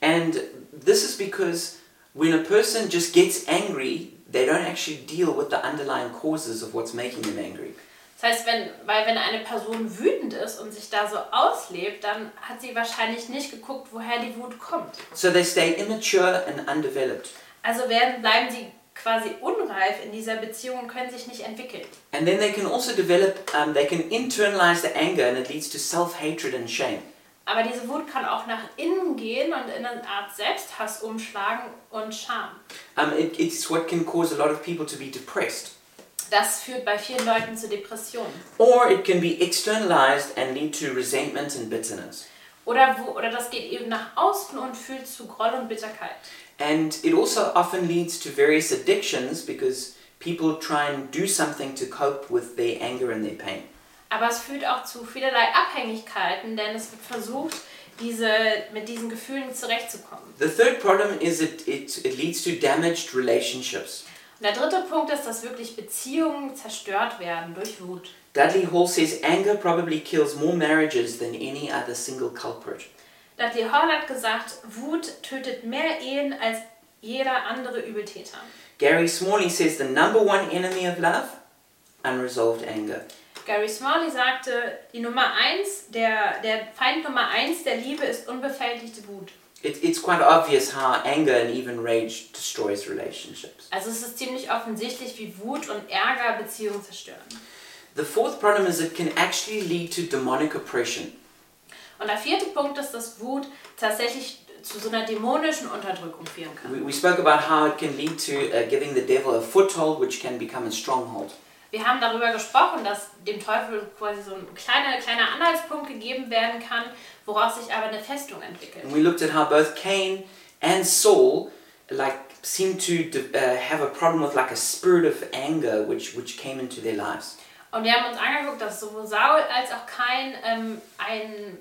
And this is because when a person just gets angry, they don't actually deal with the underlying causes of what's making them angry.
Das heißt, wenn, weil wenn eine Person wütend ist und sich da so auslebt, dann hat sie wahrscheinlich nicht geguckt, woher die Wut kommt.
So they stay immature and undeveloped.
Also werden, bleiben sie quasi unreif in dieser Beziehung und können sich nicht entwickeln.
And then they can also develop, um, they can internalize the anger and it leads to self hatred and shame.
Aber diese Wut kann auch nach innen gehen und in eine Art Selbsthass umschlagen und Scham.
Um, it, it's what can cause a lot of people to be depressed.
Das führt bei vielen Leuten zu Depressionen.
Or it can be externalized and lead to resentment and bitterness.
Oder, wo, oder das geht eben nach außen und führt zu Groll und Bitterkeit.
And it also often leads to various addictions because people try and do something to cope with their anger and their pain.
Aber es führt auch zu vielerlei Abhängigkeiten, denn es wird versucht, diese, mit diesen Gefühlen zurechtzukommen.
The third problem is it, it, it leads to damaged relationships.
Und der dritte Punkt ist, dass wirklich Beziehungen zerstört werden durch Wut.
Dudley Hall says anger probably kills more marriages than any other single culprit.
Dudley Hall hat gesagt, Wut tötet mehr Ehen als jeder andere Übeltäter.
Gary Smalley says the number one enemy of love unresolved anger.
Gary Smalley sagte, die Nummer eins, der, der Feind Nummer eins der Liebe ist unbefälligte Wut.
It, it's quite obvious how anger and even rage destroys relationships.
Also es ist ziemlich offensichtlich, wie Wut und Ärger Beziehungen zerstören.
The fourth problem is it can actually lead to demonic oppression.
Und der vierte Punkt ist, dass Wut tatsächlich zu so einer dämonischen Unterdrückung führen kann.
We, we spoke about how it can lead to uh, giving the devil a foothold, which can become a stronghold.
Wir haben darüber gesprochen, dass dem Teufel quasi so ein kleiner, kleiner Anhaltspunkt gegeben werden kann, woraus sich aber eine Festung entwickelt.
And we looked at how both Cain and Saul like seemed to de- uh, have a problem with like a spirit of anger which which came into their lives.
Und wir haben uns angeguckt, dass sowohl Saul als auch Kain ähm, einen,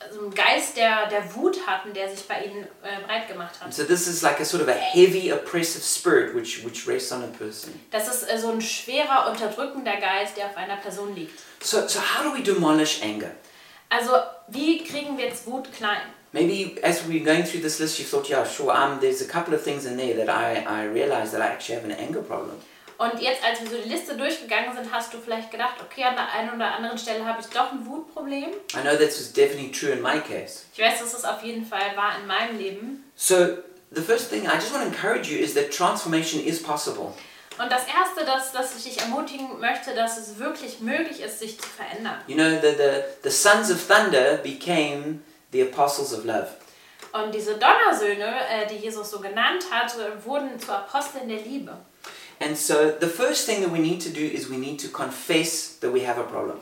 also einen Geist der, der Wut hatten, der sich bei ihnen äh, breit gemacht
And
hat.
so this is like a sort of a heavy oppressive spirit which which rests on a person.
Das ist äh, so ein schwerer, unterdrückender Geist, der auf einer Person liegt.
So so how do we demolish anger?
Also, wie kriegen wir jetzt Wut klein?
Maybe as we were going through this list, you thought, yeah, sure. Um, there's a couple of things in there that I I realize that I actually have an anger problem.
Und jetzt, als wir so die Liste durchgegangen sind, hast du vielleicht gedacht, okay, an der einen oder anderen Stelle habe ich doch ein Wutproblem.
I know this was definitely true in my case.
Ich weiß, dass es auf jeden Fall war in meinem Leben.
So the first thing I just want to encourage you is that transformation is possible.
Und das Erste, das, das ich dich ermutigen möchte, dass es wirklich möglich ist, sich zu verändern.
You know, the, the, the sons of thunder became the apostles of love.
Und diese Donnersöhne, äh, die Jesus so genannt hat, äh, wurden zu Aposteln der Liebe.
And so the first thing that we need to do is we need to confess that we have a problem.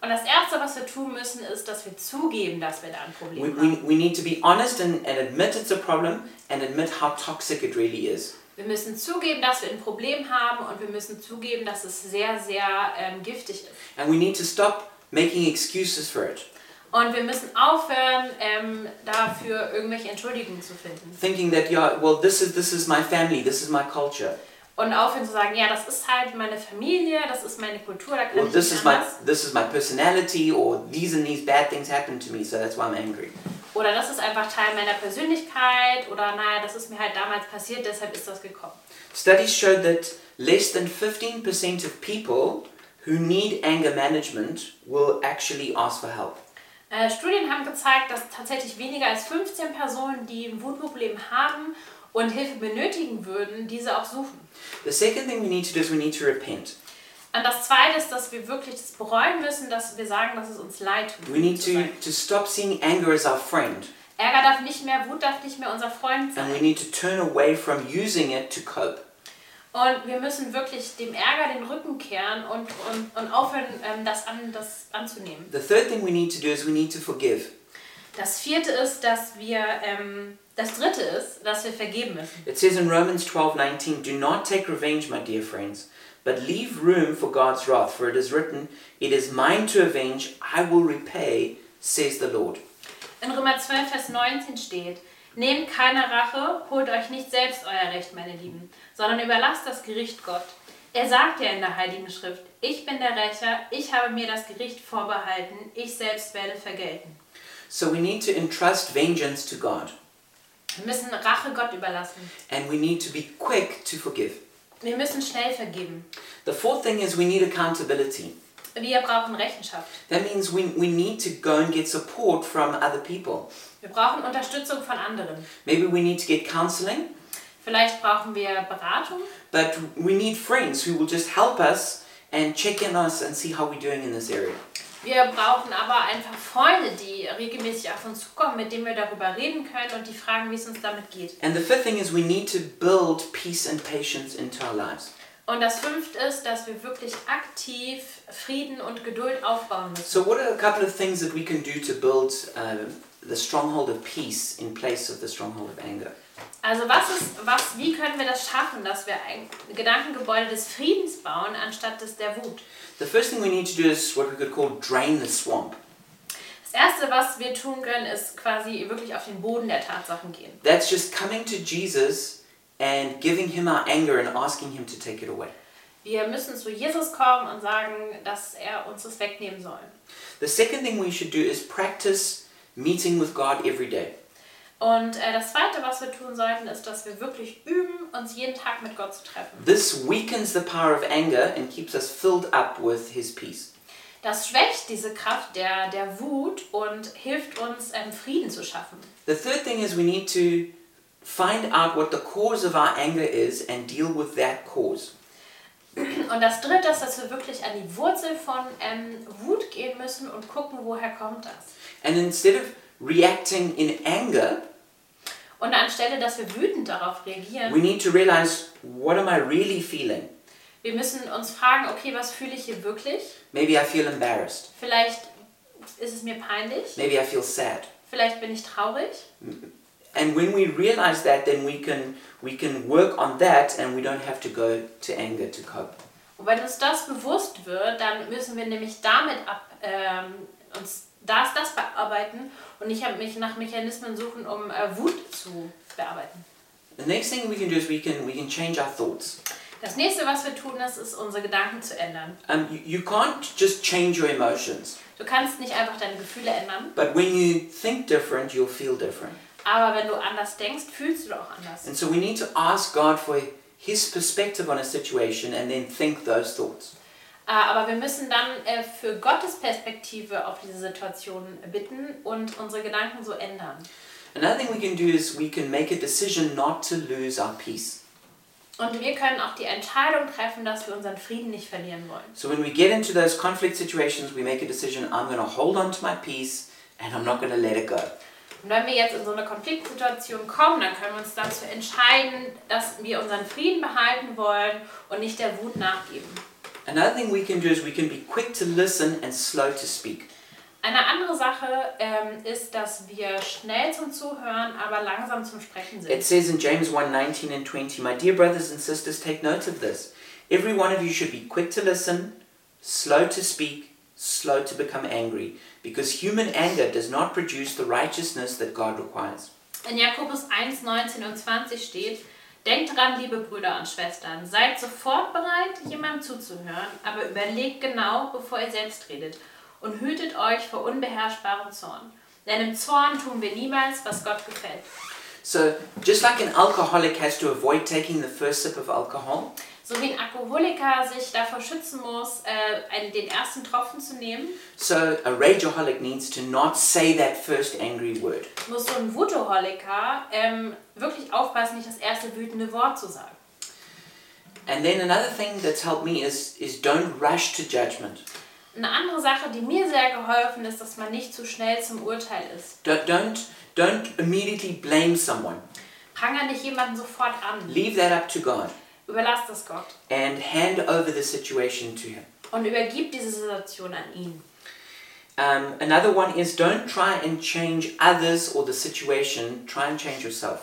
Und das Erste, was wir tun müssen, ist, dass wir zugeben, dass wir da ein
We,
Problem
we,
haben.
we need to be honest and, and admit it's a problem and admit how toxic it really is.
Wir müssen zugeben, dass wir ein Problem haben und wir müssen zugeben, dass es sehr, sehr ähm, giftig ist.
And we need to stop making excuses for it,
Und wir müssen aufhören, ähm, dafür irgendwelche Entschuldigungen zu finden.
thinking that, yeah, well, this is, this is my family, this is my culture.
und aufhören zu sagen, ja, das ist halt meine Familie, das ist meine Kultur, da kann
Well,
ich
this
nicht
is my
anders.
this is my personality, or these and these bad things happened to me, so that's why I'm angry.
Oder das ist einfach Teil meiner Persönlichkeit oder naja, das ist mir halt damals passiert, deshalb ist das gekommen.
Studies showed that less than 15% of people who need anger management will actually ask for help.
Äh, Studien haben gezeigt, dass tatsächlich weniger als 15 Personen, die ein Wutproblem haben und Hilfe benötigen würden, diese auch suchen.
The second thing we need to do is we need to repent.
Und das Zweite ist, dass wir wirklich das bereuen müssen, dass wir sagen, dass es uns leid tut.
We need to,
sozusagen.
to stop seeing anger as our friend
Ärger darf nicht mehr, Wut darf nicht mehr unser Freund sein.
and we need to turn away from using it to cope.
Und wir müssen wirklich dem Ärger den Rücken kehren und, und, und aufhören, ähm, das, an, das anzunehmen.
The third thing we need to do is we need to forgive.
Das Vierte ist, dass wir, ähm, das Dritte ist, dass wir vergeben müssen.
It says in Romans 12:19, "Do not take revenge, my dear friends, but leave room for God's wrath, for it is written, it is mine to avenge, I will repay," says the Lord.
In Römer 12, Vers 19 steht, Nehmt keine Rache, holt euch nicht selbst euer Recht, meine Lieben, sondern überlasst das Gericht Gott. Er sagt ja in der Heiligen Schrift, ich bin der Rächer, ich habe mir das Gericht vorbehalten, ich selbst werde vergelten.
So we need to entrust vengeance to God,
Wir müssen Rache Gott überlassen.
and we need to be quick to forgive.
Wir müssen schnell vergeben.
The fourth thing is we need accountability.
Wir brauchen Rechenschaft.
That means we, we need to go and get support from other people.
Wir brauchen Unterstützung von anderen.
Maybe we need to get counseling,
Vielleicht brauchen wir Beratung,
but we need friends who will just help us and check in us and see how we're doing in this area.
wir brauchen aber einfach Freunde, die regelmäßig auf uns zukommen, mit denen wir darüber reden können und die fragen, wie es uns damit geht.
And the fifth thing is we need to build peace and patience into our lives.
Und das fünfte ist, dass wir wirklich aktiv Frieden und Geduld aufbauen müssen.
So, what are a couple of things that we can do to build um, the stronghold of peace in place of the stronghold of anger?
Also was ist, was, wie können wir das schaffen, dass wir ein Gedankengebäude des Friedens bauen, anstatt des der Wut?
The first thing we need to do is what we could call drain the swamp.
Das Erste, was wir tun können, ist quasi wirklich auf den Boden der Tatsachen gehen.
That's just coming to Jesus and giving him our anger and asking him to take it away.
Wir müssen zu Jesus kommen und sagen, dass er uns das wegnehmen soll.
The second thing we should do is practice meeting with God every day.
Und äh, das Zweite, was wir tun sollten, ist, dass wir wirklich üben, uns jeden Tag mit Gott zu treffen.
This weakens the power of anger and keeps us filled up with his peace.
Das schwächt diese Kraft der, der Wut und hilft uns, ähm, Frieden zu schaffen.
The third thing is we need to find out what the cause of our anger is and deal with that cause.
Und das Dritte ist, dass wir wirklich an die Wurzel von ähm, Wut gehen müssen und gucken, woher kommt das.
And instead of reacting in anger,
Und anstelle, dass wir wütend darauf reagieren,
we need to realize what am I really feeling?
wir müssen uns fragen, okay, was fühle ich hier wirklich?
Maybe I feel embarrassed.
Vielleicht ist es mir peinlich,
Maybe I feel sad.
vielleicht bin ich traurig.
And when we realize that, then we can we can work on that and we don't have to go to anger to cope.
Und wenn uns das bewusst wird, dann müssen wir nämlich damit ab, ähm, uns das, das bearbeiten und nicht hab mich nach Mechanismen suchen, um äh, Wut zu bearbeiten.
The next thing we can do is we can we can change our thoughts.
Das nächste, was wir tun, ist, ist unsere Gedanken zu ändern.
Um, you, you can't just change your emotions,
Du kannst nicht einfach deine Gefühle ändern,
but when you think different, you'll feel different.
aber wenn du anders denkst, fühlst du auch anders. Äh,
And so we need to ask God for His perspective on a situation and then think those thoughts.
Äh, aber wir müssen dann äh, für Gottes Perspektive auf diese Situation bitten und unsere Gedanken so ändern.
Another thing we can do is we can make a decision not to lose our peace.
Und wir können auch die Entscheidung treffen, dass wir unseren Frieden nicht verlieren wollen.
So when we get into those conflict situations, we make a decision I'm going to hold on to my peace and I'm not going to let it go.
Und wenn wir jetzt in so eine Konfliktsituation kommen, dann können wir uns dazu entscheiden, dass wir unseren Frieden behalten wollen und nicht der Wut nachgeben.
Another thing we can do is we can be quick to listen and slow to speak.
Eine andere Sache ähm, ist, dass wir schnell zum Zuhören, aber langsam zum Sprechen sind.
It says in James 1 19 and 20, My dear brothers and sisters, take note of this. Every one of you should be quick to listen, slow to speak, slow to become angry, because human anger does not produce the righteousness that God requires.
In Jakobus 1, 19 und 20 steht, Denkt dran, liebe Brüder und Schwestern, seid sofort bereit, jemandem zuzuhören, aber überlegt genau, bevor ihr selbst redet und hütet euch vor unbeherrschbarem Zorn. Denn im Zorn tun wir niemals, was Gott gefällt.
So, just like an alcoholic has to avoid taking the first sip of alcohol,
So wie ein Alkoholiker sich davor schützen muss, äh, einen, den ersten Tropfen zu nehmen,
so a rageaholic needs to not say that first angry word.
muss so ein Wutoholiker ähm, wirklich aufpassen, nicht das erste wütende Wort zu sagen.
And then another thing that's helped me is is don't rush to judgment.
Eine andere Sache, die mir sehr geholfen ist, dass man nicht zu schnell zum Urteil ist.
Don't don't, don't immediately blame someone.
Pranger nicht jemanden sofort an.
Leave that up to God
Überlass das Gott
and hand over the situation to Him.
und übergib diese Situation an ihn.
Um, another one is don't try and change others or the situation. Try and change yourself.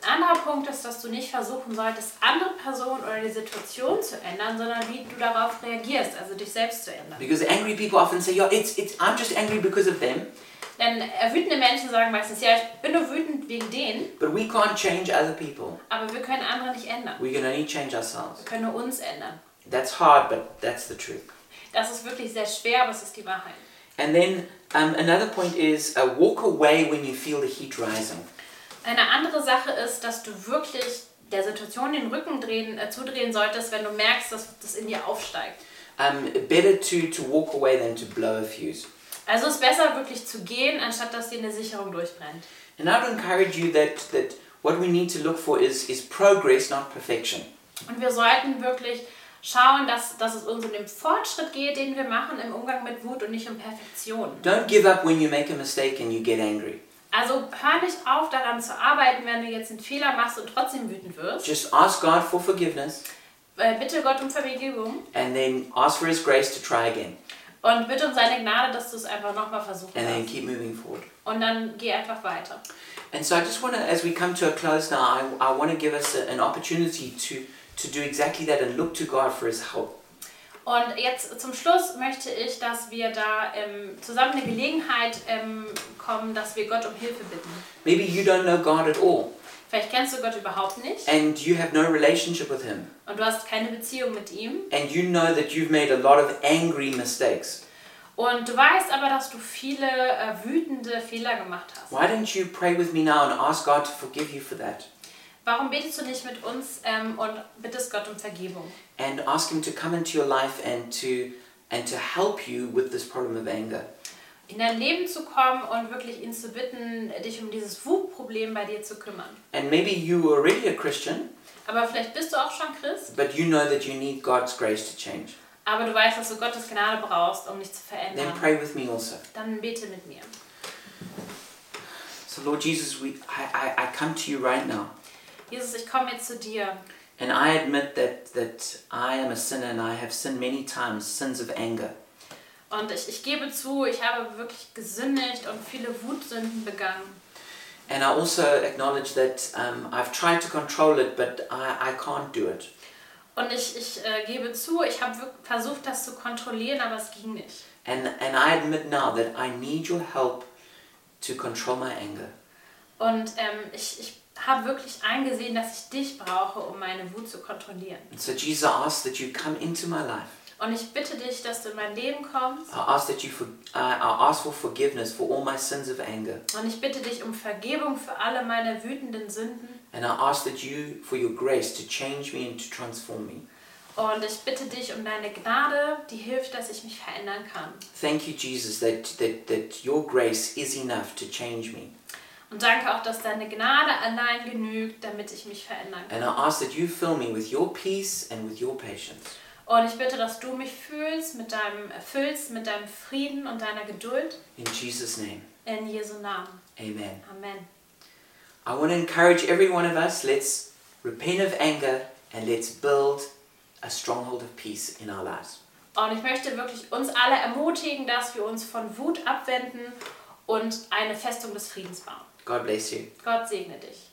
Ein anderer Punkt ist, dass du nicht versuchen solltest, andere Personen oder die Situation zu ändern, sondern wie du darauf reagierst, also dich selbst zu ändern.
Because angry people often say, "Yeah, it's it's I'm just angry because of them,"
Denn äh, wütende Menschen sagen meistens, ja, ich bin nur wütend wegen denen,
but we can't change other people.
aber wir können andere nicht ändern.
We can only change ourselves.
Wir können nur uns ändern.
That's hard, but that's the truth.
Das ist wirklich sehr schwer, aber es ist die Wahrheit.
And then um, another point is uh, walk away when you feel the heat rising.
Eine andere Sache ist, dass du wirklich der Situation den Rücken drehen, äh, zudrehen solltest, wenn du merkst, dass das in dir aufsteigt.
Um, better to to walk away than to blow a fuse.
Also ist besser wirklich zu gehen, anstatt dass dir eine Sicherung durchbrennt.
And I would encourage you that that what we need to look for is is progress, not perfection.
Und wir sollten wirklich schauen, dass, dass es uns um den Fortschritt geht, den wir machen im Umgang mit Wut und nicht um Perfektion.
Don't give up when you make a mistake and you get angry.
Also hör nicht auf, daran zu arbeiten, wenn du jetzt einen Fehler machst und trotzdem wütend wirst.
Just ask God for forgiveness
Äh, Bitte Gott um Vergebung
and then ask for His grace to try again
und bitte um seine Gnade, dass du es einfach nochmal versuchen
and then
kannst.
keep moving forward.
Und dann geh einfach weiter.
And so I just want to, as we come to a close now, I, I want to give us a, an opportunity to, to do exactly that and look to God for His help.
Und jetzt zum Schluss möchte ich, dass wir da ähm, zusammen eine Gelegenheit ähm, kommen, dass wir Gott um Hilfe bitten.
Maybe you don't know God at all
Vielleicht kennst du Gott überhaupt nicht
and you have no relationship with Him
und du hast keine Beziehung mit ihm.
and you know that you've made a lot of angry mistakes.
Und du weißt aber, dass du viele äh, wütende Fehler gemacht hast.
Why don't you pray with me now and ask God to forgive you for that
Warum betest du nicht mit uns ähm, und bittest Gott um Vergebung?
and ask Him to come into your life and to, and to help you with this problem of anger?
In dein Leben zu kommen und wirklich ihn zu bitten, dich um dieses Wutproblem bei dir zu kümmern.
And maybe you were already a Christian,
Aber vielleicht bist du auch schon Christ,
but you know that you need God's grace to change.
aber du weißt, dass du Gottes Gnade brauchst, um dich zu
Then
verändern.
pray with me also.
Dann bete mit mir.
So, Lord Jesus, we, I, I, I come to you right now,
Jesus, ich komme jetzt zu dir
and I admit that, that I am a sinner and I have sinned many times, sins of anger.
und ich, ich gebe zu, ich habe wirklich gesündigt und viele Wutsünden begangen.
And I also acknowledge that um, I've tried to control it, but I, I can't do it.
Und ich, ich äh, gebe zu, ich habe wirk- versucht, das zu kontrollieren, aber es ging nicht.
And, and I admit now that I need your help to control my anger.
Und ähm, ich, ich habe wirklich eingesehen, dass ich dich brauche, um meine Wut zu kontrollieren.
And so, Jesus, I ask that you come into my life.
Und ich bitte dich, dass du in mein Leben kommst.
I ask that you for, I, I ask for forgiveness for all my sins of anger.
Und ich bitte dich um Vergebung für alle meine wütenden Sünden.
And I ask that you for your grace to change me and to transform me.
Und ich bitte dich um deine Gnade, die hilft, dass ich mich verändern kann.
Thank you, Jesus, that, that, that your grace is enough to change me.
Und danke auch, dass deine Gnade allein genügt, damit ich mich verändern kann.
And I ask that you fill me with your peace and with your patience.
Und ich bitte, dass du mich fühlst, mit deinem, füllst mit deinem Frieden und deiner Geduld.
In Jesus' name,
In Jesu Namen.
amen.
Amen.
I want to encourage every one of us let's repent of anger and let's build a stronghold of peace in our lives.
Und ich möchte wirklich uns alle ermutigen, dass wir uns von Wut abwenden und eine Festung des Friedens bauen.
God bless you.
Gott segne dich.